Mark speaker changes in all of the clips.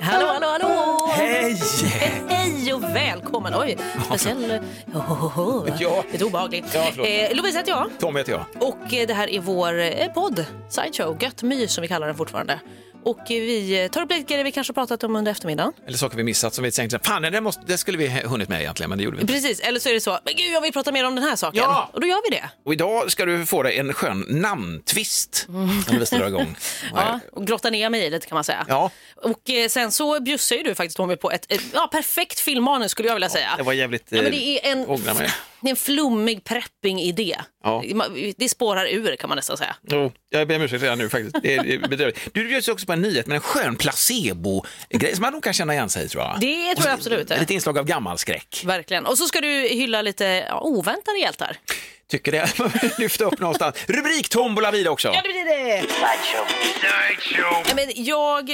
Speaker 1: Hallå, hallå, hallå! Hej! Hej och välkommen! Oj, speciell... Ohohoho.
Speaker 2: Ja.
Speaker 1: Lite obehaglig.
Speaker 2: Ja, förlåt.
Speaker 1: eh, Lovisa heter jag
Speaker 2: Tom heter jag.
Speaker 1: och eh, det här är vår eh, podd, Sideshow, Gött mys som vi kallar den fortfarande. Och eh, vi eh, tar upp lite grejer vi kanske pratat om under eftermiddagen.
Speaker 2: Eller saker vi missat som vi tänkte, fan det, där måste, det skulle vi ha hunnit med egentligen, men det gjorde vi inte.
Speaker 1: Precis, eller så är det så, men gud jag vill prata mer om den här saken.
Speaker 2: Ja!
Speaker 1: Och då gör vi det.
Speaker 2: Och idag ska du få dig en skön namntvist som vi drar igång.
Speaker 1: Mm. Ja, och grotta ner mig i lite kan man säga.
Speaker 2: Ja.
Speaker 1: Och eh, sen så bjussar ju du faktiskt Tommy på ett, ett ja, perfekt filmmanus skulle jag vilja säga.
Speaker 2: det var jävligt,
Speaker 1: Ja, men
Speaker 2: eh,
Speaker 1: det, är en,
Speaker 2: ångrar mig.
Speaker 1: det är en flummig prepping-idé.
Speaker 2: Ja.
Speaker 1: Man- Det spårar ur kan man nästan säga.
Speaker 2: Jo, jag ber om ursäkt redan nu faktiskt. Det är det är bedrövligt. Du bjöds också på en nyhet med en skön placebo-grej som man nog kan känna igen sig i tror jag.
Speaker 1: Det tror jag absolut.
Speaker 2: Lite inslag av gammalskräck.
Speaker 1: Verkligen. Och så ska du hylla lite ja, oväntade hjältar.
Speaker 2: Tycker det. Lyfta upp någonstans. Rubrik tombola vid också.
Speaker 1: Ja, det blir det. Ja, men jag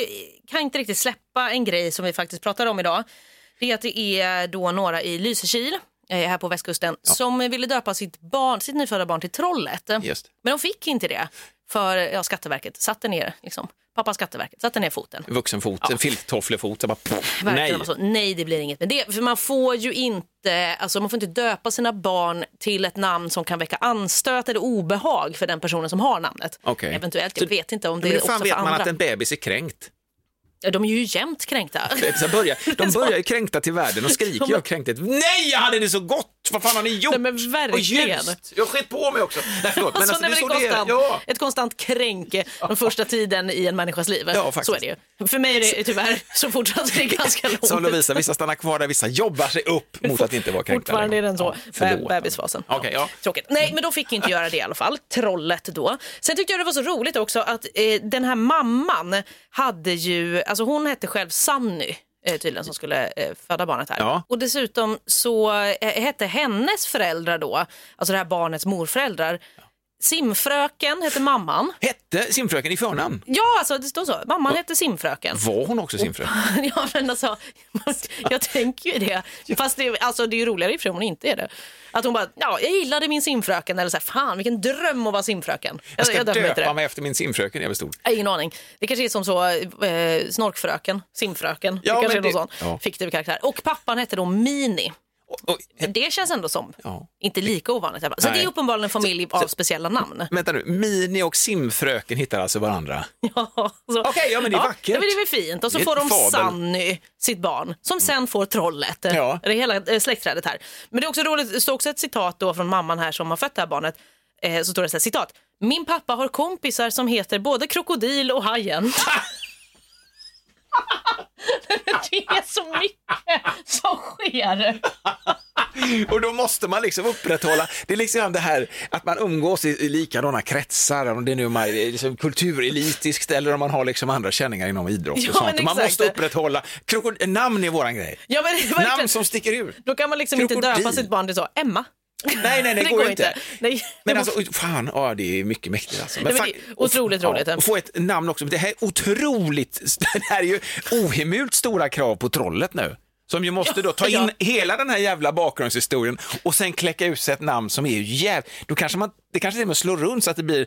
Speaker 1: kan inte riktigt släppa en grej som vi faktiskt pratade om idag. Det är att det är då några i Lysekil eh, här på västkusten som ville döpa sitt, barn, sitt nyfödda barn till Trollet.
Speaker 2: Just.
Speaker 1: Men de fick inte det för ja, Skatteverket satte ner, liksom, pappa Skatteverket satte ner foten.
Speaker 2: Vuxenfot, en filttofflefot. så Bara, pff,
Speaker 1: Verkligen, alltså,
Speaker 2: nej.
Speaker 1: nej. Så, nej, det blir inget med det. För man får ju inte, alltså, man får inte döpa sina barn till ett namn som kan väcka anstöt eller obehag för den personen som har namnet.
Speaker 2: Okej.
Speaker 1: Eventuellt,
Speaker 2: Så-
Speaker 1: jag vet inte om det
Speaker 2: Men hur
Speaker 1: är också
Speaker 2: fan
Speaker 1: för
Speaker 2: vet man
Speaker 1: andra.
Speaker 2: att en bebis är kränkt?
Speaker 1: Ja, De är ju jämt kränkta.
Speaker 2: Så börjar, de börjar ju kränkta till världen och skriker ju kränkt. Nej, jag hade det så gott! Vad fan har ni gjort?
Speaker 1: Nej, men verkligen.
Speaker 2: Och ljust. Jag har skett på mig också. Nej, förlåt.
Speaker 1: Alltså,
Speaker 2: alltså,
Speaker 1: nej, men
Speaker 2: det
Speaker 1: det är
Speaker 2: är så
Speaker 1: konstant,
Speaker 2: det är. Ja.
Speaker 1: Ett konstant kränk den första tiden i en människas liv.
Speaker 2: Ja, faktiskt.
Speaker 1: så är det ju. För mig är det tyvärr så fortsatte det ganska långt.
Speaker 2: Som Lovisa, vissa stannar kvar där, vissa jobbar sig upp mot att inte vara kränkta.
Speaker 1: Fortfarande är den så. Be-
Speaker 2: förlåt.
Speaker 1: bebisfasen.
Speaker 2: Okej, ja.
Speaker 1: Tråkigt. Nej, men de fick inte göra det i alla fall. Trollet då. Sen tyckte jag det var så roligt också att eh, den här mamman hade ju, alltså hon hette själv Sanny eh, tydligen som skulle eh, föda barnet här.
Speaker 2: Ja.
Speaker 1: Och dessutom så eh, hette hennes föräldrar då, alltså det här barnets morföräldrar, Simfröken hette mamman.
Speaker 2: Hette simfröken i förnamn?
Speaker 1: Ja, alltså det står så. Mamman hette Simfröken.
Speaker 2: Var hon också simfröken?
Speaker 1: Oh. Ja, men alltså, jag tänker ju det. Fast det, alltså, det är ju roligare ifrån om hon inte är det. Att hon bara, ja, jag gillade min simfröken. Eller så här, fan vilken dröm att vara simfröken.
Speaker 2: Jag
Speaker 1: Jag,
Speaker 2: ska
Speaker 1: jag dömer inte
Speaker 2: döpa
Speaker 1: det.
Speaker 2: mig efter min simfröken, jag är väl stor.
Speaker 1: Jag har ingen aning. Det kanske är som så, eh, snorkfröken, simfröken.
Speaker 2: Ja,
Speaker 1: det kanske är
Speaker 2: men
Speaker 1: någon sån
Speaker 2: det- ja.
Speaker 1: fiktiv karaktär. Och pappan hette då Mini.
Speaker 2: Och, och,
Speaker 1: Men Det känns ändå som,
Speaker 2: Ja.
Speaker 1: inte lika ovanligt. i alla fall. Så
Speaker 2: Nej.
Speaker 1: det är uppenbarligen en familj av speciella namn.
Speaker 2: vänta nu, Mini och simfröken hittar alltså varandra.
Speaker 1: Ja, så-
Speaker 2: Okej, ja, men det är vackert.
Speaker 1: Ja, men det är väl fint. Och så
Speaker 2: Det är
Speaker 1: får de
Speaker 2: en fabel.
Speaker 1: Sanny, sitt barn, som sen får trollet.
Speaker 2: Ja.
Speaker 1: Det är hela eh, släktträdet här. Men det är också roligt, det står också ett citat då från mamman här som har fött det här barnet. Eh, så står det så här, citat. Min pappa har kompisar som heter både krokodil och hajen. det är så mycket som sker.
Speaker 2: Och då måste man liksom upprätthålla, det är liksom det här att man umgås i, i likadana kretsar, om det är nu man är liksom kulturelitiskt eller om man har liksom andra känningar inom idrott
Speaker 1: Ja,
Speaker 2: och sånt.
Speaker 1: men
Speaker 2: Man
Speaker 1: exakt.
Speaker 2: måste upprätthålla, krokod- namn är våran grej.
Speaker 1: Ja, men det är verkligen-
Speaker 2: namn som sticker ur.
Speaker 1: Då kan man liksom inte döpa
Speaker 2: Krokodil.
Speaker 1: sitt barn till så, Emma.
Speaker 2: Nej, nej, det, går, ju inte.
Speaker 1: Nej.
Speaker 2: Men alltså, oj, fan, ja, det är mycket mäktigt alltså.
Speaker 1: Nej, men
Speaker 2: fan-
Speaker 1: det är otroligt
Speaker 2: ja,
Speaker 1: roligt.
Speaker 2: Och få ett namn också, det här är otroligt, det här är ju ohemult stora krav på trollet nu. Som ju måste då ta in
Speaker 1: Ja,
Speaker 2: hela den här jävla bakgrundshistorien och sen kläcka ut sig ett namn som är ju jäv... Då kanske man, det kanske till och med slår runt så att det blir,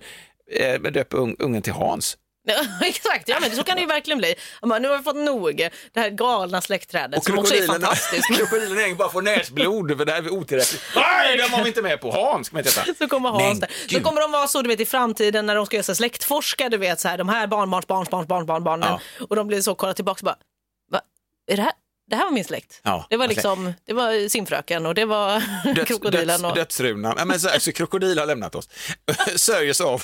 Speaker 2: eh, döp ung, ungen till Hans.
Speaker 1: Ja, Exakt, ja, men så kan det ju verkligen bli. Man, nu har vi fått nog det här galna släktträdet som också är fantastiskt.
Speaker 2: krokodilen Eng bara får näsblod för det här är otillräckligt. Nej, den var vi inte med på. Hans ska man inte heta.
Speaker 1: Så kommer Hans
Speaker 2: Men
Speaker 1: där. Så
Speaker 2: gud.
Speaker 1: kommer de vara så du vet i framtiden när de ska göra så här släktforska, du vet så här, de här barnbarns barns barns barns barn, barnen och de blir så kollar tillbaka och bara, Va? Är det här? Det här var min släkt.
Speaker 2: Ja,
Speaker 1: det var
Speaker 2: okej.
Speaker 1: liksom, det var simfröken och det var
Speaker 2: Döds,
Speaker 1: krokodilen.
Speaker 2: Döds,
Speaker 1: och...
Speaker 2: Dödsrunan. Ja, men så, så krokodil har lämnat oss. Sörjs av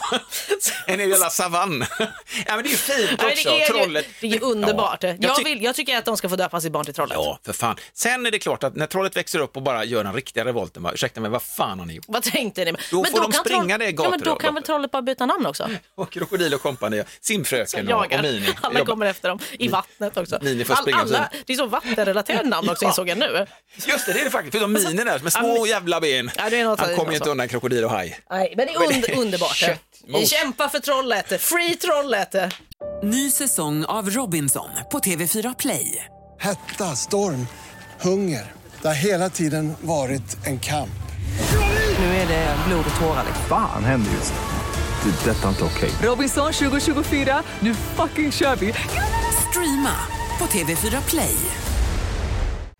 Speaker 2: en hel jävla savann. Ja, men det är ju fint
Speaker 1: Nej,
Speaker 2: också,
Speaker 1: det, är, ju-
Speaker 2: trollet.
Speaker 1: det är ju underbart.
Speaker 2: Ja, jag
Speaker 1: jag,
Speaker 2: tyck-
Speaker 1: vill, jag tycker att de ska få döpa sitt barn till trollet.
Speaker 2: Ja, för fan. Sen är det klart att när trollet växer upp och bara gör den riktiga revolten, bara, ursäkta mig, vad fan har ni gjort?
Speaker 1: Vad tänkte ni?
Speaker 2: Då får de
Speaker 1: kan
Speaker 2: springa
Speaker 1: troll-
Speaker 2: det i
Speaker 1: ja, men Då
Speaker 2: gator-
Speaker 1: kan väl trollet bara byta namn också?
Speaker 2: Och krokodil och kompani,
Speaker 1: som
Speaker 2: simfröken och, och
Speaker 1: jagar.
Speaker 2: Mini.
Speaker 1: Alla
Speaker 2: Jag bara,
Speaker 1: kommer efter dem i vattnet också.
Speaker 2: Mini får springa
Speaker 1: alla,
Speaker 2: sen.
Speaker 1: det är så vatten Twitter-relaterade namn också
Speaker 2: Ja.
Speaker 1: insåg jag nu.
Speaker 2: Just det, det är det faktiskt. Förutom minen där med små
Speaker 1: Alltså, Ja, men-
Speaker 2: jävla ben.
Speaker 1: Ja, det är något
Speaker 2: Han kommer ju
Speaker 1: alltså.
Speaker 2: inte undan krokodil och haj.
Speaker 1: Nej, men det är
Speaker 2: Men det
Speaker 1: und-
Speaker 2: är
Speaker 1: underbart.
Speaker 2: köttmos.
Speaker 1: Kämpa för trollet, free trollet.
Speaker 3: Ny säsong av Robinson på TV4 Play.
Speaker 4: Hetta, storm, hunger. Det har hela tiden varit en kamp.
Speaker 3: Nu är det blod och tårar. liksom.
Speaker 5: Fan händer just det. Det är detta inte okej.
Speaker 3: Robinson 2024, nu fucking kör vi! Streama på TV4 Play.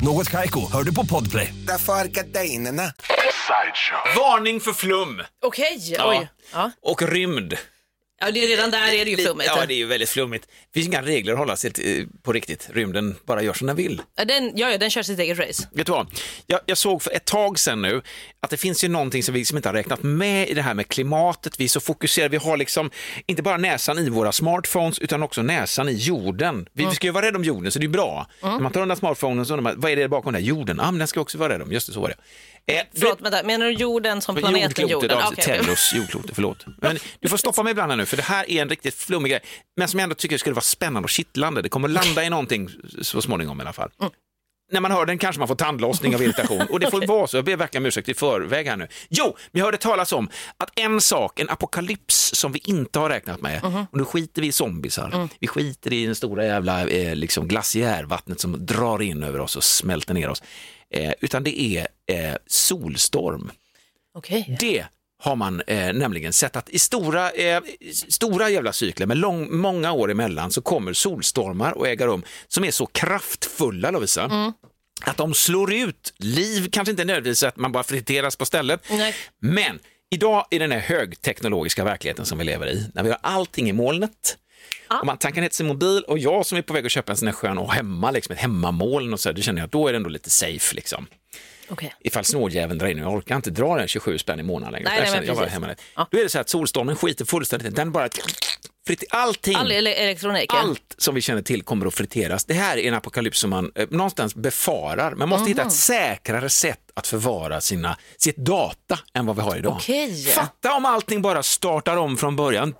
Speaker 6: Något Kaiko, hör du på Podplay.
Speaker 7: Därför är gardinerna.
Speaker 2: Varning för flum
Speaker 1: Okej, oj. Ja.
Speaker 2: och rymd.
Speaker 1: ja, det är redan där är det ju flummigt.
Speaker 2: Ja, det är ju väldigt flummigt. Det finns inga regler att hålla sig till, eh, på riktigt. Rymden bara gör som den vill.
Speaker 1: Ja, Den, ja, ja, den kör sitt eget race.
Speaker 2: Vet du vad? Jag, jag såg för ett tag sedan nu att det finns ju någonting som vi liksom inte har räknat med i det här med klimatet. Vi är så fokuserade. Vi har liksom inte bara näsan i våra smartphones utan också näsan i jorden. Vi,
Speaker 1: Mm.
Speaker 2: vi ska ju vara rädda om jorden så det är bra. När man tar undan smartphonen så undrar man vad är det bakom den här jorden? Ah, men den ska jag också vara rädd om. Just det, så var det. Eh, du-
Speaker 1: Förlåt, vänta, menar du jorden som
Speaker 2: för
Speaker 1: planeten jorden? Ah,
Speaker 2: jordklotet,
Speaker 1: Okej, okej.
Speaker 2: Tellus jordklotet, förlåt. Men du får stoppa mig ibland här nu, för det här är en riktigt flummig grej, men som jag ändå tycker skulle vara spännande och kittlande. Det kommer landa i någonting så småningom i alla fall.
Speaker 1: Mm.
Speaker 2: När man hör den kanske man får tandlossning av irritation och det får vara så. Jag ber verkligen om ursäkt i förväg här nu. Jo, men jag hörde talas om att en sak, en apokalyps som vi inte har räknat med,
Speaker 1: Mm-hmm.
Speaker 2: och nu skiter vi i zombisar,
Speaker 1: Mm.
Speaker 2: vi skiter i den stora jävla eh, liksom glaciärvattnet som drar in över oss och smälter ner oss, eh, utan det är eh, solstorm.
Speaker 1: Okej.
Speaker 2: Det har man eh, nämligen sett att i stora, eh, stora jävla cykler med lång, många år emellan så kommer solstormar och äga rum som är så kraftfulla Lovisa. Att de slår ut liv, kanske inte nödvändigtvis att man bara friteras på stället,
Speaker 1: Nej.
Speaker 2: men idag i den här högteknologiska verkligheten som vi lever i, när vi har allting i molnet, och man tankar ner till sin mobil och jag som är på väg att köpa en sån här skön och hemma, liksom ett hemmamoln och så, här, det känner jag att då är det ändå lite safe liksom
Speaker 1: Okej.
Speaker 2: ifall snåljäveln drar in och jag orkar inte dra den 27 spänn i månaden längre.
Speaker 1: Nej,
Speaker 2: Där
Speaker 1: nej, men
Speaker 2: känner jag bara
Speaker 1: precis.
Speaker 2: hemma där.
Speaker 1: Ja.
Speaker 2: Då är det så här att solstormen skiter fullständigt i- Den bara... Fritt, allting,
Speaker 1: All ele- elektronik, ja.
Speaker 2: allt som vi känner till kommer att friteras. Det här är en apokalyps som man eh, någonstans befarar. Man måste hitta ett säkrare sätt att förvara sina, sitt data än vad vi har idag.
Speaker 1: Okej.
Speaker 2: Fatta om allting bara startar om från början.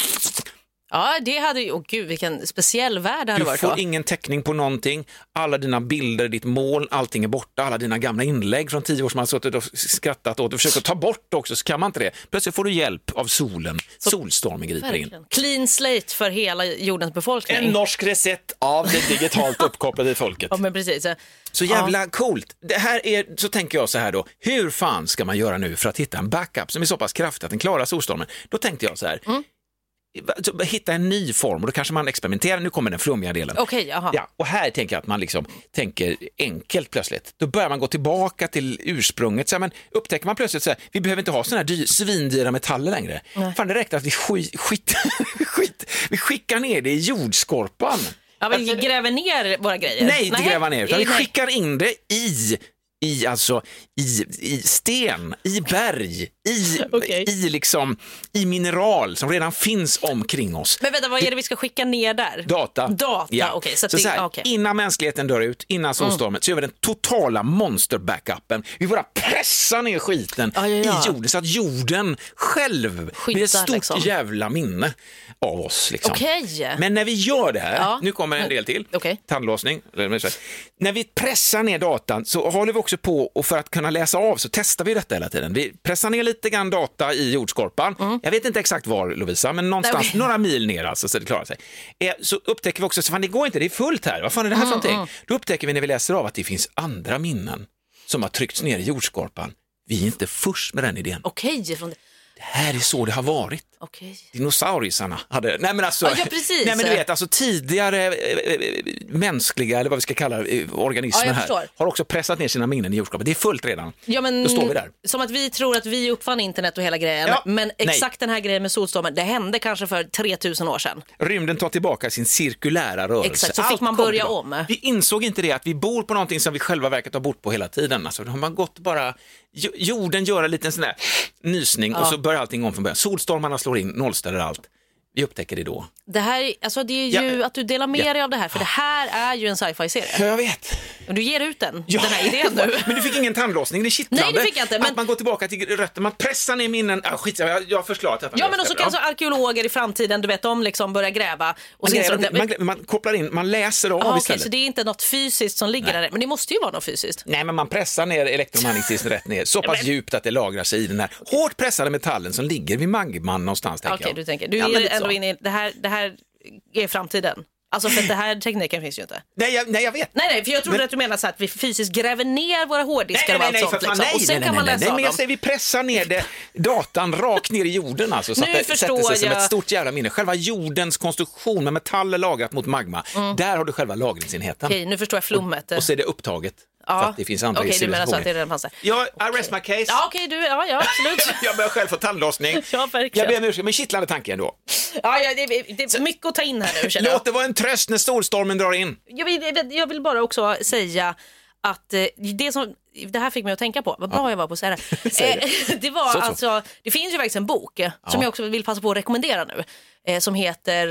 Speaker 1: Ja, det hade ju, åh gud vilken speciell värld det hade
Speaker 2: Du
Speaker 1: varit
Speaker 2: får
Speaker 1: då.
Speaker 2: ingen täckning på någonting. Alla dina bilder, ditt mål, allting är borta. Alla dina gamla inlägg från tio år som man har suttit och skrattat åt och försökt att ta bort också, så kan man inte det. Plötsligt får du hjälp av solen. Solstormen griper in.
Speaker 1: Verkligen. Clean slate för hela jordens befolkning.
Speaker 2: En norsk recept av det digitalt uppkopplade folket.
Speaker 1: Ja, men precis.
Speaker 2: Så jävla coolt. Det här är, så tänker jag så här då, hur fan ska man göra nu för att hitta en backup som är så pass kraftig att den klarar solstormen? Då tänkte jag så här,
Speaker 1: Mm.
Speaker 2: så hitta en ny form och då kanske man experimenterar, nu kommer den flummiga delen.
Speaker 1: Okej, jaha.
Speaker 2: Ja, och här tänker jag att man liksom tänker enkelt plötsligt. Då börjar man gå tillbaka till ursprunget. Så här, men upptäcker man plötsligt så här, vi behöver inte ha sådana här dy- svindyra metaller längre. Fan, det räckte att vi, sky- skit- skit- vi skickar ner det i jordskorpan.
Speaker 1: Ja, vi gräver ner våra grejer.
Speaker 2: Alltså, Nej, inte gräva ner, utan vi
Speaker 1: Nej.
Speaker 2: skickar in det i i, alltså, i, i sten, i berg, i,
Speaker 1: Okej.
Speaker 2: i, liksom, i mineral som redan finns omkring oss.
Speaker 1: Men vänta, vad är det vi ska skicka ner där?
Speaker 2: Data.
Speaker 1: Data, okej. så
Speaker 2: så
Speaker 1: att det,
Speaker 2: så här,
Speaker 1: ja, okej. Mm.
Speaker 2: Innan mänskligheten dör ut, innan solstormen, så gör vi den totala monster-backupen. Vi bara pressar ner skiten
Speaker 1: Ja, ja, ja.
Speaker 2: i jorden så att jorden själv blir
Speaker 1: Skyddar,
Speaker 2: ett stort
Speaker 1: liksom.
Speaker 2: jävla minne av oss. Liksom.
Speaker 1: Okej.
Speaker 2: Men när vi gör det här,
Speaker 1: Ja.
Speaker 2: nu kommer en del till,
Speaker 1: Okej.
Speaker 2: tandlossning. eller vad säger jag? När vi pressar ner datan så håller vi också på, och för att kunna läsa av så testar vi detta hela tiden. Vi pressar ner lite grann data i jordskorpan.
Speaker 1: Mm.
Speaker 2: Jag vet inte exakt var Lovisa, men någonstans,
Speaker 1: okej.
Speaker 2: några mil ner alltså, så det klarar sig. Eh, så upptäcker vi också, så fan det går inte, det är fullt här, vad fan är det här för
Speaker 1: Mm,
Speaker 2: någonting? Då upptäcker vi när vi läser av att det finns andra minnen som har tryckts ner i jordskorpan. Vi är inte först med den idén.
Speaker 1: Okej, från det.
Speaker 2: det här är så det har varit.
Speaker 1: Okej.
Speaker 2: Dinosauriesarna hade, nej men alltså,
Speaker 1: Ja, ja, precis.
Speaker 2: Nej, men du vet, alltså tidigare eh, eh, mänskliga, eller vad vi ska kalla eh,
Speaker 1: Ja,
Speaker 2: organismer
Speaker 1: jag förstår.
Speaker 2: här, har också pressat ner sina minnen i jordskapet. Det är fullt redan.
Speaker 1: Ja, men,
Speaker 2: Då står vi där.
Speaker 1: Som att vi tror att vi uppfann internet och hela grejen.
Speaker 2: Ja.
Speaker 1: Men
Speaker 2: Nej.
Speaker 1: exakt den här grejen med solstormen, det hände kanske för 3000 år sedan.
Speaker 2: Rymden tar tillbaka sin cirkulära rörelse.
Speaker 1: Exakt, så fick
Speaker 2: Allt
Speaker 1: man
Speaker 2: kommer
Speaker 1: börja
Speaker 2: tillbaka.
Speaker 1: om.
Speaker 2: Vi insåg inte det, att vi bor på någonting som vi själva verket har bott på hela tiden. Alltså, då har man gått bara, jo- jorden gör en liten sån där nysning och så börjar allting om från början. Solstormarna slår in, nollställer allt. Vi upptäcker det då.
Speaker 1: Det här, alltså det är ju
Speaker 2: Ja.
Speaker 1: att du delar med
Speaker 2: Ja.
Speaker 1: dig av det här, för det här är ju en sci-fi-serie.
Speaker 2: jag vet.
Speaker 1: Och du ger ut den, den här idén nu.
Speaker 2: men du fick ingen tandlossning, det är kittlande.
Speaker 1: Nej, det fick jag inte, men-
Speaker 2: Att man går tillbaka till rötter, man pressar ner minnen. Ah, skit, jag, jag har förklarat. detta.
Speaker 1: Ja men och så kanske arkeologer i framtiden, du vet de liksom börjar gräva. Och
Speaker 2: Man,
Speaker 1: så inser
Speaker 2: gräver,
Speaker 1: de-
Speaker 2: inte- man, glä- man kopplar in, man läser av
Speaker 1: Ah, okej,
Speaker 2: istället.
Speaker 1: så det är inte något fysiskt som ligger där, men det måste ju vara något fysiskt.
Speaker 2: Nej, men man pressar ner elektromagnetismen rätt ner, så pass
Speaker 1: Men-
Speaker 2: djupt att det lagrar sig i den här hårt pressade metallen som ligger vid magman någonstans.
Speaker 1: Okej,
Speaker 2: tänker jag.
Speaker 1: du tänker. Du
Speaker 2: Ja, men
Speaker 1: är
Speaker 2: lite
Speaker 1: ändå
Speaker 2: så.
Speaker 1: inne i, det här, det här är framtiden. Alltså för att den här tekniken finns ju inte.
Speaker 2: Nej, jag, nej, jag vet.
Speaker 1: Nej, nej, för jag trodde
Speaker 2: Men-
Speaker 1: att du menade så att vi fysiskt gräver ner våra hårddiskar och allt
Speaker 2: nej,
Speaker 1: sånt.
Speaker 2: för fan,
Speaker 1: liksom.
Speaker 2: nej,
Speaker 1: och sen
Speaker 2: nej,
Speaker 1: kan man
Speaker 2: nej,
Speaker 1: läsa
Speaker 2: nej, men
Speaker 1: av
Speaker 2: jag
Speaker 1: dem.
Speaker 2: säger vi pressar ner det, datan rakt ner i jorden alltså, så
Speaker 1: Nu
Speaker 2: att det sätter
Speaker 1: förstår
Speaker 2: sig som
Speaker 1: jag.
Speaker 2: ett stort jävla minne. Själva jordens konstruktion med metaller lagrat mot magma, där har du själva lagringsenheten.
Speaker 1: Mm. Okej, nu förstår jag flummet.
Speaker 2: Och så är det upptaget,
Speaker 1: Ja.
Speaker 2: för att det finns andra
Speaker 1: Okej, du menar så att det
Speaker 2: civilisationer.
Speaker 1: redan fanns där.
Speaker 2: Ja, I rest my case.
Speaker 1: Ja, okej, du, ja, ja absolut.
Speaker 2: jag börjar själv få tandlossning.
Speaker 1: Ja, verkligen.
Speaker 2: jag ber om ursäkt, men kittlande tanke ändå.
Speaker 1: Ja, ja, det, det är mycket att ta in här nu känner jag.
Speaker 2: Låt det vara en tröst när solstormen drar in.
Speaker 1: jag vill, jag vill bara också säga att eh, det som det här fick mig att tänka på, vad bra jag var på att säga det.
Speaker 2: Säg
Speaker 1: Eh, det var
Speaker 2: Så, så.
Speaker 1: alltså, det finns ju faktiskt en bok eh, som jag också vill passa på att rekommendera nu eh, som heter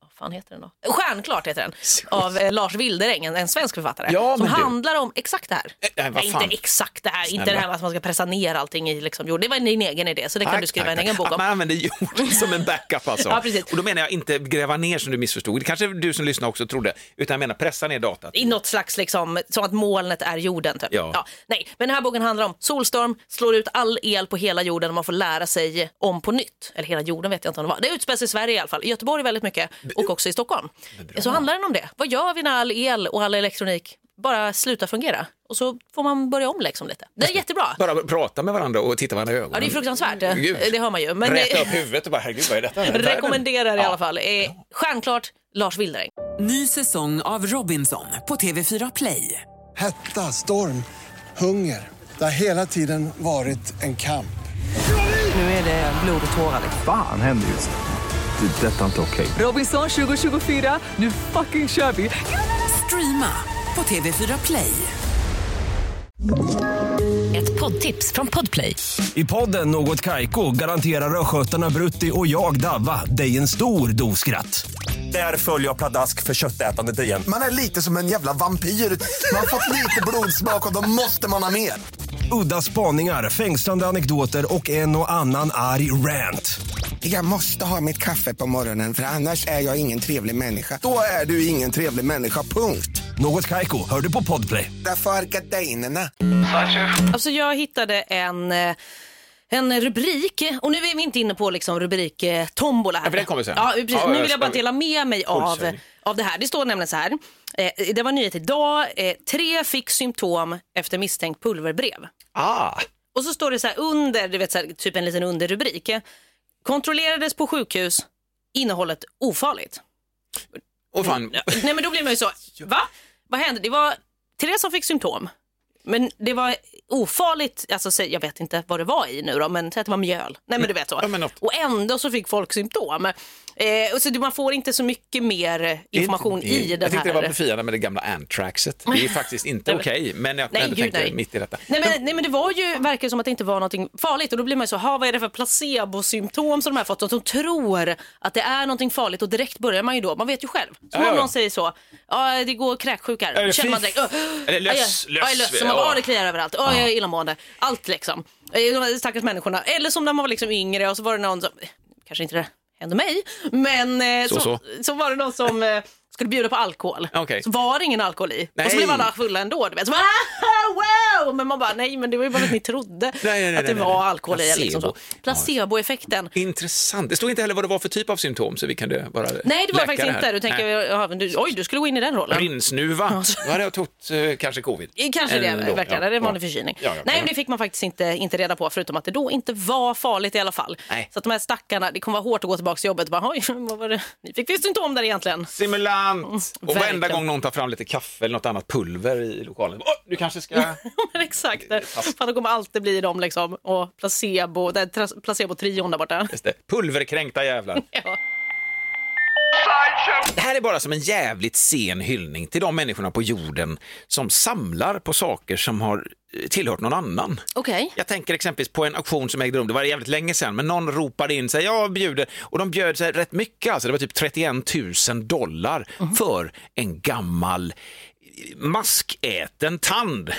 Speaker 1: vad fan heter den då? Stjärnklart heter den, av eh, Lars Wildereng, en, en svensk författare.
Speaker 2: Ja, men
Speaker 1: som
Speaker 2: du.
Speaker 1: handlar om exakt det här.
Speaker 2: Eh, nej, vad fan.
Speaker 1: inte exakt det här, inte
Speaker 2: Snälla.
Speaker 1: det här med att man ska pressa ner allting i liksom, jord. Det var din egen idé, så det kan
Speaker 2: Tack,
Speaker 1: du skriva
Speaker 2: tack,
Speaker 1: en egen
Speaker 2: tack.
Speaker 1: bok
Speaker 2: Att man
Speaker 1: om.
Speaker 2: använder jorden som en backup alltså.
Speaker 1: Ja, precis.
Speaker 2: Och då menar jag inte gräva ner som du missförstod, det kanske du som lyssnar också trodde, utan jag menar pressa ner datat.
Speaker 1: I något slags, liksom, som att molnet är jorden. Typ.
Speaker 2: Ja.
Speaker 1: nej. Men den här boken handlar om solstorm, slår ut all el på hela jorden och man får lära sig om på nytt. Eller hela jorden vet jag inte om det var. Det utspelar sig i Sverige i alla fall, i Göteborg väldigt mycket och också i Stockholm. Så handlar den om det. Vad gör vi när all el och all elektronik bara slutar fungera? Och så får man börja om liksom lite. Det är jättebra.
Speaker 2: Bara prata med varandra och titta varandra i ögonen.
Speaker 1: Ja, det är fruktansvärt,
Speaker 2: Gud.
Speaker 1: det hör man ju. Men eh,
Speaker 2: Räta upp huvudet och bara, herregud vad är detta? Vänta,
Speaker 1: rekommenderar i alla fall. Eh, Stjärnklart Lars Wildereng.
Speaker 3: Ny säsong av Robinson på TV4 Play.
Speaker 4: Hetta, storm, hunger. Det har hela tiden varit en kamp.
Speaker 3: Nu är det blod och tårar. liksom.
Speaker 5: Fan händer just det. Det är detta inte okej.
Speaker 3: Robinson 2024, nu fucking kör vi! Streama på TV4 Play.
Speaker 8: Ett poddtips från Podplay.
Speaker 6: I podden Något Kaiko garanterar östgötarna Brutti och jag, Davva, dig en stor dos skratt. Där följer jag pladask för köttätandet igen.
Speaker 9: Man är lite som en jävla vampyr. Man har fått lite blodsmak och då måste man ha mer.
Speaker 6: Udda spaningar, fängslande anekdoter och en och annan arg rant.
Speaker 7: Jag måste ha mitt kaffe på morgonen för annars är jag ingen trevlig människa. Då är du ingen trevlig människa, punkt.
Speaker 6: Något Kaiko, hör du på Podplay.
Speaker 7: Därför är gardinerna.
Speaker 1: Alltså jag hittade en, eh, en rubrik, och nu är vi inte inne på liksom rubrik eh, tombola här.
Speaker 2: Ja, för det kommer sen.
Speaker 1: Ja, precis.
Speaker 2: Ja,
Speaker 1: nu
Speaker 2: ja,
Speaker 1: vill jag bara
Speaker 2: ska vi-
Speaker 1: dela med mig av,
Speaker 2: Fullständigt.
Speaker 1: av det här. Det står nämligen så här. Eh, det var nyhet idag. Eh, tre fick symptom efter misstänkt pulverbrev.
Speaker 2: Ah,
Speaker 1: Och så står det så här under, du vet, så här, typ en liten underrubrik. eh, Kontrollerades på sjukhus, innehållet ofarligt.
Speaker 2: och fan.
Speaker 1: Ja, Nej men då blir man ju så, va? Vad hände? Det var Therese som fick symptom. Men det var ofarligt, alltså, säg- jag vet inte vad det var i nu då, men säg att det var mjöl. Nej men du vet så.
Speaker 2: Ja, men något.
Speaker 1: och ändå så fick folk symptom. Eh, och så man får inte så mycket mer information
Speaker 2: Det är inte-
Speaker 1: i den
Speaker 2: Jag tyckte
Speaker 1: här.
Speaker 2: det var befriande med det gamla Antraxet. Det är faktiskt inte okej, men jag
Speaker 1: Nej,
Speaker 2: ändå
Speaker 1: gud,
Speaker 2: tänkte
Speaker 1: nej.
Speaker 2: mitt i detta.
Speaker 1: Nej men, nej men det var ju, verkar som att det inte var någonting farligt och då blir man ju så, ha vad är det för placebosymptom som de här fått? Och de tror att det är någonting farligt och direkt börjar man ju då, man vet ju själv. Så
Speaker 2: Ja, ja,
Speaker 1: om
Speaker 2: ja.
Speaker 1: någon säger så, ja det går kräksjuka här,
Speaker 2: Eller
Speaker 1: känner man
Speaker 2: fif.
Speaker 1: direkt, "Åh,
Speaker 2: Eller löss,
Speaker 1: aj,
Speaker 2: löss,
Speaker 1: aj, löss. Så
Speaker 2: ja.
Speaker 1: man bara, "Åh, det kliar överallt, ja jag är illamående, allt liksom. Eh, De här stackars människorna, eller som när man var liksom yngre och så var det någon som, kanske inte det hände mig, men eh,
Speaker 2: Så, så.
Speaker 1: så var det någon som eh, skulle bjuda på alkohol.
Speaker 2: Okej.
Speaker 1: Så var det ingen alkohol i. Och
Speaker 2: Nej.
Speaker 1: så blev alla fulla ändå. Du vet. Så, bara, "Ah, wow! Men man bara, nej men det var ju bara för att ni trodde
Speaker 2: nej, nej,
Speaker 1: att det
Speaker 2: nej,
Speaker 1: var
Speaker 2: nej.
Speaker 1: alkohol i. Liksom så.
Speaker 2: Placebo. Ja.
Speaker 1: Placeboeffekten.
Speaker 2: Intressant. Det stod inte heller vad det var för typ av symptom så vi kunde bara
Speaker 1: Nej, det var det
Speaker 2: läka
Speaker 1: faktiskt
Speaker 2: här.
Speaker 1: inte. Du tänker,
Speaker 2: Nej.
Speaker 1: ja, men du, oj, du skulle gå in i den rollen.
Speaker 2: Rinsnuva. Då hade jag trott eh, kanske covid.
Speaker 1: Kanske det,
Speaker 2: Ändå,
Speaker 1: verkligen.
Speaker 2: ja,
Speaker 1: det är en
Speaker 2: ja.
Speaker 1: vanlig förkylning.
Speaker 2: Ja, ja,
Speaker 1: Nej,
Speaker 2: ja.
Speaker 1: men det fick man faktiskt inte, inte reda på, förutom att det då inte var farligt i alla fall.
Speaker 2: Nej.
Speaker 1: Så att de här stackarna, det kommer vara hårt att gå tillbaka till jobbet och bara, oj, vad var det? Ni fick visst inte om där egentligen.
Speaker 2: Simulant! och
Speaker 1: verkligen.
Speaker 2: varenda gång någon tar fram lite kaffe eller något annat pulver i lokalen. Åh, du kanske ska...
Speaker 1: men exakt. Fan, det kommer alltid bli de liksom. Och placebo, den tra- placebo-trion där borta.
Speaker 2: Just det. Pulverkränkta jävlar.
Speaker 1: Ja.
Speaker 2: Det här är bara som en jävligt sen hyllning till de människorna på jorden som samlar på saker som har eh, tillhört någon annan.
Speaker 1: Okej.
Speaker 2: Jag tänker exempelvis på en auktion som ägde rum, det var jävligt länge sedan, men någon ropade in sig, jag bjuder, och de bjöd sig rätt mycket, alltså det var typ 31 000 dollar för en gammal eh, maskäten tand.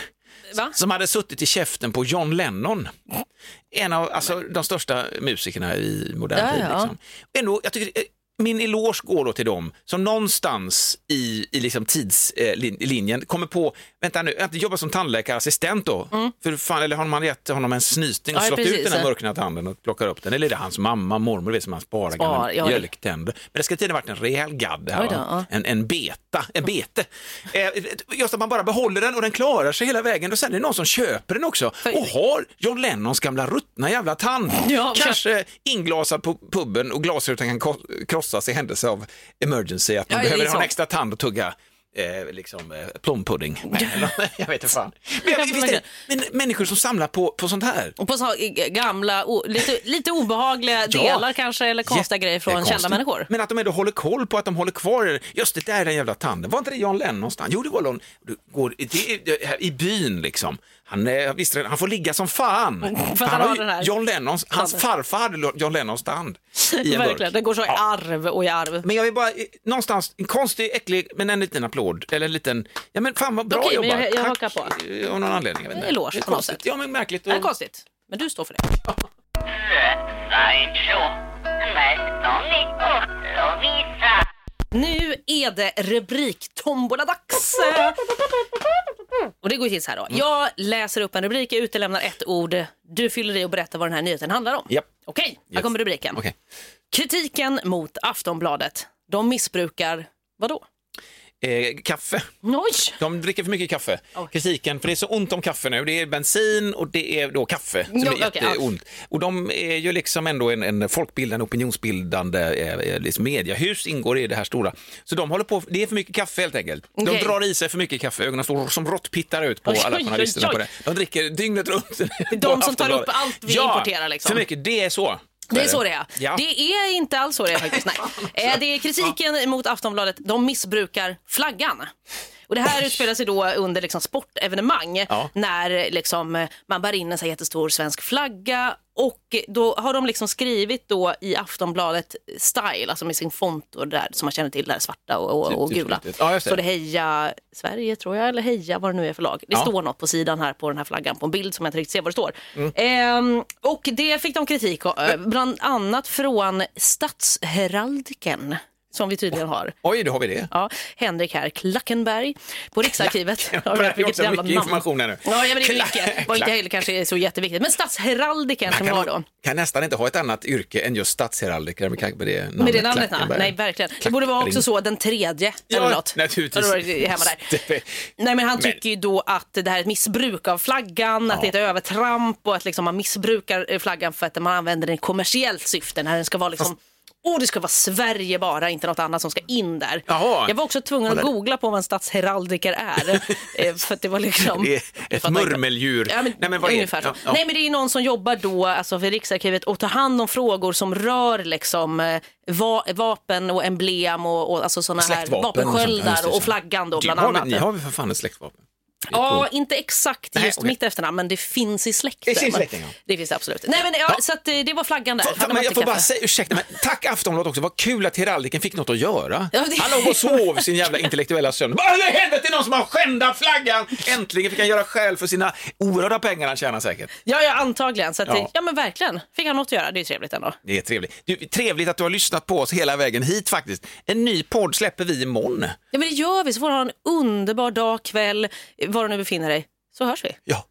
Speaker 1: Va?
Speaker 2: Som hade suttit i käften på John Lennon. En av alltså, de största musikerna i modern
Speaker 1: Ja,
Speaker 2: tid.
Speaker 1: ja.
Speaker 2: Liksom. Ändå, jag tycker, eh, min eloge går då till dem som någonstans i, i liksom tidslinjen kommer på, vänta nu, att jobba som tandläkarassistent då? För fan, eller har man gett honom en snyting och
Speaker 1: Mm. Ja,
Speaker 2: slått
Speaker 1: precis,
Speaker 2: ut den här
Speaker 1: ja.
Speaker 2: mörkna tanden och plockar upp den? Eller är det hans mamma, mormor, vet som han sparar
Speaker 1: Spar,
Speaker 2: gamla
Speaker 1: ja, det-
Speaker 2: mjölktänder? Men det ska tydligen ha varit en rejäl gadd det här,
Speaker 1: Oj då,
Speaker 2: va?
Speaker 1: ja.
Speaker 2: en, en beta, en bete. Eh, just att man bara behåller den och den klarar sig hela vägen och sen är det någon som köper den också och har John Lennons gamla ruttna jävla tand.
Speaker 1: Ja,
Speaker 2: Kanske inglasad på puben och glasrutan kan ko- krossas i händelse av emergency, att man
Speaker 1: Ja,
Speaker 2: behöver
Speaker 1: liksom.
Speaker 2: ha en extra tand och tugga eh, liksom, eh, plompudding. med. Eller- jag vet inte fan. Men, jag, visst är det, men människor som samlar på, på sånt här.
Speaker 1: Och på så gamla, o, lite, lite obehagliga delar kanske, eller konstiga grejer från
Speaker 2: Jättekonstigt.
Speaker 1: kända människor.
Speaker 2: Men att de ändå håller koll på att de håller kvar det. Just det, där är den jävla tanden. Var inte det John Lennons tand? Jo, det var Lon... Du går i, det, det, här, i byn liksom. Han, eh, visst, han får ligga som fan.
Speaker 1: För han har
Speaker 2: ju-
Speaker 1: den här
Speaker 2: John Lennons, hans
Speaker 1: tanden.
Speaker 2: farfar hade Lo- John Lennons tand i en
Speaker 1: Verkligen,
Speaker 2: burk.
Speaker 1: det går så i
Speaker 2: Ja.
Speaker 1: arv och i arv.
Speaker 2: Men jag vill bara, eh, någonstans, en konstig, äcklig, men en liten applåd. Eller en liten, ja men fan vad bra
Speaker 1: Okej, men
Speaker 2: jobbat.
Speaker 1: jag- jag
Speaker 2: Tack.
Speaker 1: hakar på.
Speaker 2: Eh, Av någon anledning, jag vet inte.
Speaker 1: Eloge
Speaker 2: Det är
Speaker 1: på något
Speaker 2: konstigt.
Speaker 1: sätt.
Speaker 2: Ja men märkligt.
Speaker 1: Det är
Speaker 2: och-
Speaker 1: konstigt, men du står för det. Nu är det rubriktombola-dags. Och det går ju till så här då.
Speaker 2: Mm.
Speaker 1: Jag läser upp en rubrik, jag utelämnar ett ord. Du fyller i och berättar vad den här nyheten handlar om.
Speaker 2: Japp.
Speaker 1: Okej, här
Speaker 2: Yes.
Speaker 1: kommer rubriken.
Speaker 2: Okej.
Speaker 1: Kritiken mot Aftonbladet. De missbrukar, vadå?
Speaker 2: Eh, kaffe.
Speaker 1: Oj!
Speaker 2: De dricker för mycket kaffe. Kritiken, för det är så ont om kaffe nu. Det är bensin och det är då kaffe som
Speaker 1: Ja,
Speaker 2: är
Speaker 1: okej, ja.
Speaker 2: jätteont. Och de är ju liksom ändå en, en folkbildande, opinionsbildande eh, eh, liksom mediehus ingår i det här stora. Så de håller på, det är för mycket kaffe helt enkelt.
Speaker 1: Okej.
Speaker 2: De drar i sig för mycket kaffe, ögonen står som råttpittar ut på
Speaker 1: Oj,
Speaker 2: alla
Speaker 1: oj,
Speaker 2: journalisterna
Speaker 1: oj.
Speaker 2: på det. De dricker dygnet runt. Det
Speaker 1: de som tar upp allt vi
Speaker 2: ja,
Speaker 1: importerar, liksom.
Speaker 2: för mycket. Det är så.
Speaker 1: Det är så det är.
Speaker 2: Ja.
Speaker 1: Det är inte alls så det är faktiskt. Nej. Eh, Det är kritiken mot Aftonbladet. De missbrukar flaggan. Och det här utspelar sig då under liksom sportevenemang
Speaker 2: Ja.
Speaker 1: när eh, liksom eh, man bär in en så här jättestor svensk flagga och eh, då har de liksom skrivit då i Aftonbladet style, alltså med sin font och det där som man känner till, det där svarta och, och, och
Speaker 2: Typ, typ
Speaker 1: gula.
Speaker 2: riktigt. Ja, just det.
Speaker 1: Så det heja Sverige tror jag, eller heja vad det nu är för lag. Det
Speaker 2: Ja.
Speaker 1: står något på sidan här på den här flaggan på en bild som jag inte riktigt ser vad det står.
Speaker 2: Mm.
Speaker 1: Ehm, och det fick de kritik eh, bland annat från statsheraldiken som vi tydligen har.
Speaker 2: Oj, då har vi det.
Speaker 1: Ja, Henrik här, Klackenberg på Riksarkivet. Ja,
Speaker 2: Klackenberg, också mycket information här nu.
Speaker 1: Ja, jag vet inte vilket. Var inte
Speaker 2: Klack-
Speaker 1: heller kanske så jätteviktigt. Men statsheraldiken som
Speaker 2: kan,
Speaker 1: var då.
Speaker 2: kan nästan inte ha ett annat yrke än just statsheraldiker med, kanske med det namnet.
Speaker 1: Med det namnet? ja.
Speaker 2: Klackenberg.
Speaker 1: Nej, verkligen. Det borde vara också så den tredje eller
Speaker 2: Ja,
Speaker 1: något.
Speaker 2: naturligtvis.
Speaker 1: Då var det Hemma där.
Speaker 2: Det-
Speaker 1: Nej, men han
Speaker 2: Men-
Speaker 1: tycker ju då att det här är ett missbruk av flaggan, att det är ett övertramp och att liksom man missbrukar eh, flaggan för att man använder den i kommersiellt syfte när den ska vara liksom Åh, det ska vara Sverige bara, inte något annat som ska in där.
Speaker 2: Jaha.
Speaker 1: Jag var också tvungen att googla på vad en statsheraldiker är. eh, för att det var liksom...
Speaker 2: Det är
Speaker 1: Jag
Speaker 2: ett
Speaker 1: fattar inte.
Speaker 2: murmeldjur.
Speaker 1: Ja, men,
Speaker 2: Nej, men vad är det?
Speaker 1: ungefär så.
Speaker 2: Ja, ja.
Speaker 1: Nej, men det är någon som jobbar då alltså för Riksarkivet och tar hand om frågor som rör liksom, eh, va- vapen och emblem och, och alltså sådana här
Speaker 2: Släktvapen och sånt. Ja,
Speaker 1: vapensköldar
Speaker 2: just det,
Speaker 1: och,
Speaker 2: just det.
Speaker 1: flaggan då
Speaker 2: Det
Speaker 1: bland
Speaker 2: Typ, har vi-
Speaker 1: annat.
Speaker 2: Ni har väl för fan ett släktvapen?
Speaker 1: Ja, inte exakt
Speaker 2: Nej,
Speaker 1: just
Speaker 2: okej.
Speaker 1: mitt efternamn, men det finns i släkten.
Speaker 2: Det finns i släkten, ja.
Speaker 1: Det finns det absolut. Nej, men, ja,
Speaker 2: Ja.
Speaker 1: Så att, eh, det var flaggan där.
Speaker 2: Fan,
Speaker 1: Hade
Speaker 2: fan,
Speaker 1: man
Speaker 2: men jag
Speaker 1: inte
Speaker 2: får bara
Speaker 1: kaffe.
Speaker 2: säga, ursäkta, men tack Aftonbladet också. Vad kul att heraldiken fick något att göra.
Speaker 1: Ja, det-
Speaker 2: Han låg och sov sin jävla intellektuella sömn. Vad i helvete, någon som har skändat flaggan! Äntligen fick han göra skäl för sina oerhörda pengar han tjänar säkert.
Speaker 1: Ja, ja, antagligen. Så att, ja.
Speaker 2: Ja.
Speaker 1: ja, men verkligen. Fick han något att göra. Det är ju trevligt ändå.
Speaker 2: Det är trevligt. Du, trevligt att du har lyssnat på oss hela vägen hit faktiskt. En ny podd släpper vi imorgon.
Speaker 1: Ja, men det gör vi. Så får du ha en underbar dag, kväll, eh, var du nu befinner dig. Så hörs vi.
Speaker 2: Ja.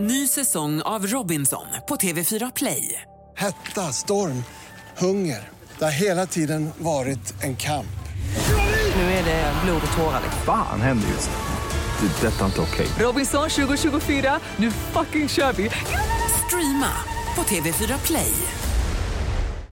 Speaker 3: Ny säsong av Robinson på TV4 Play.
Speaker 4: Hetta, storm, hunger. Det har hela tiden varit en kamp.
Speaker 3: Nu är det blod och tårar. liksom.
Speaker 5: Fan händer just det. Det är detta inte okej.
Speaker 3: Robinson 2024, nu fucking kör vi! Streama på TV4 Play.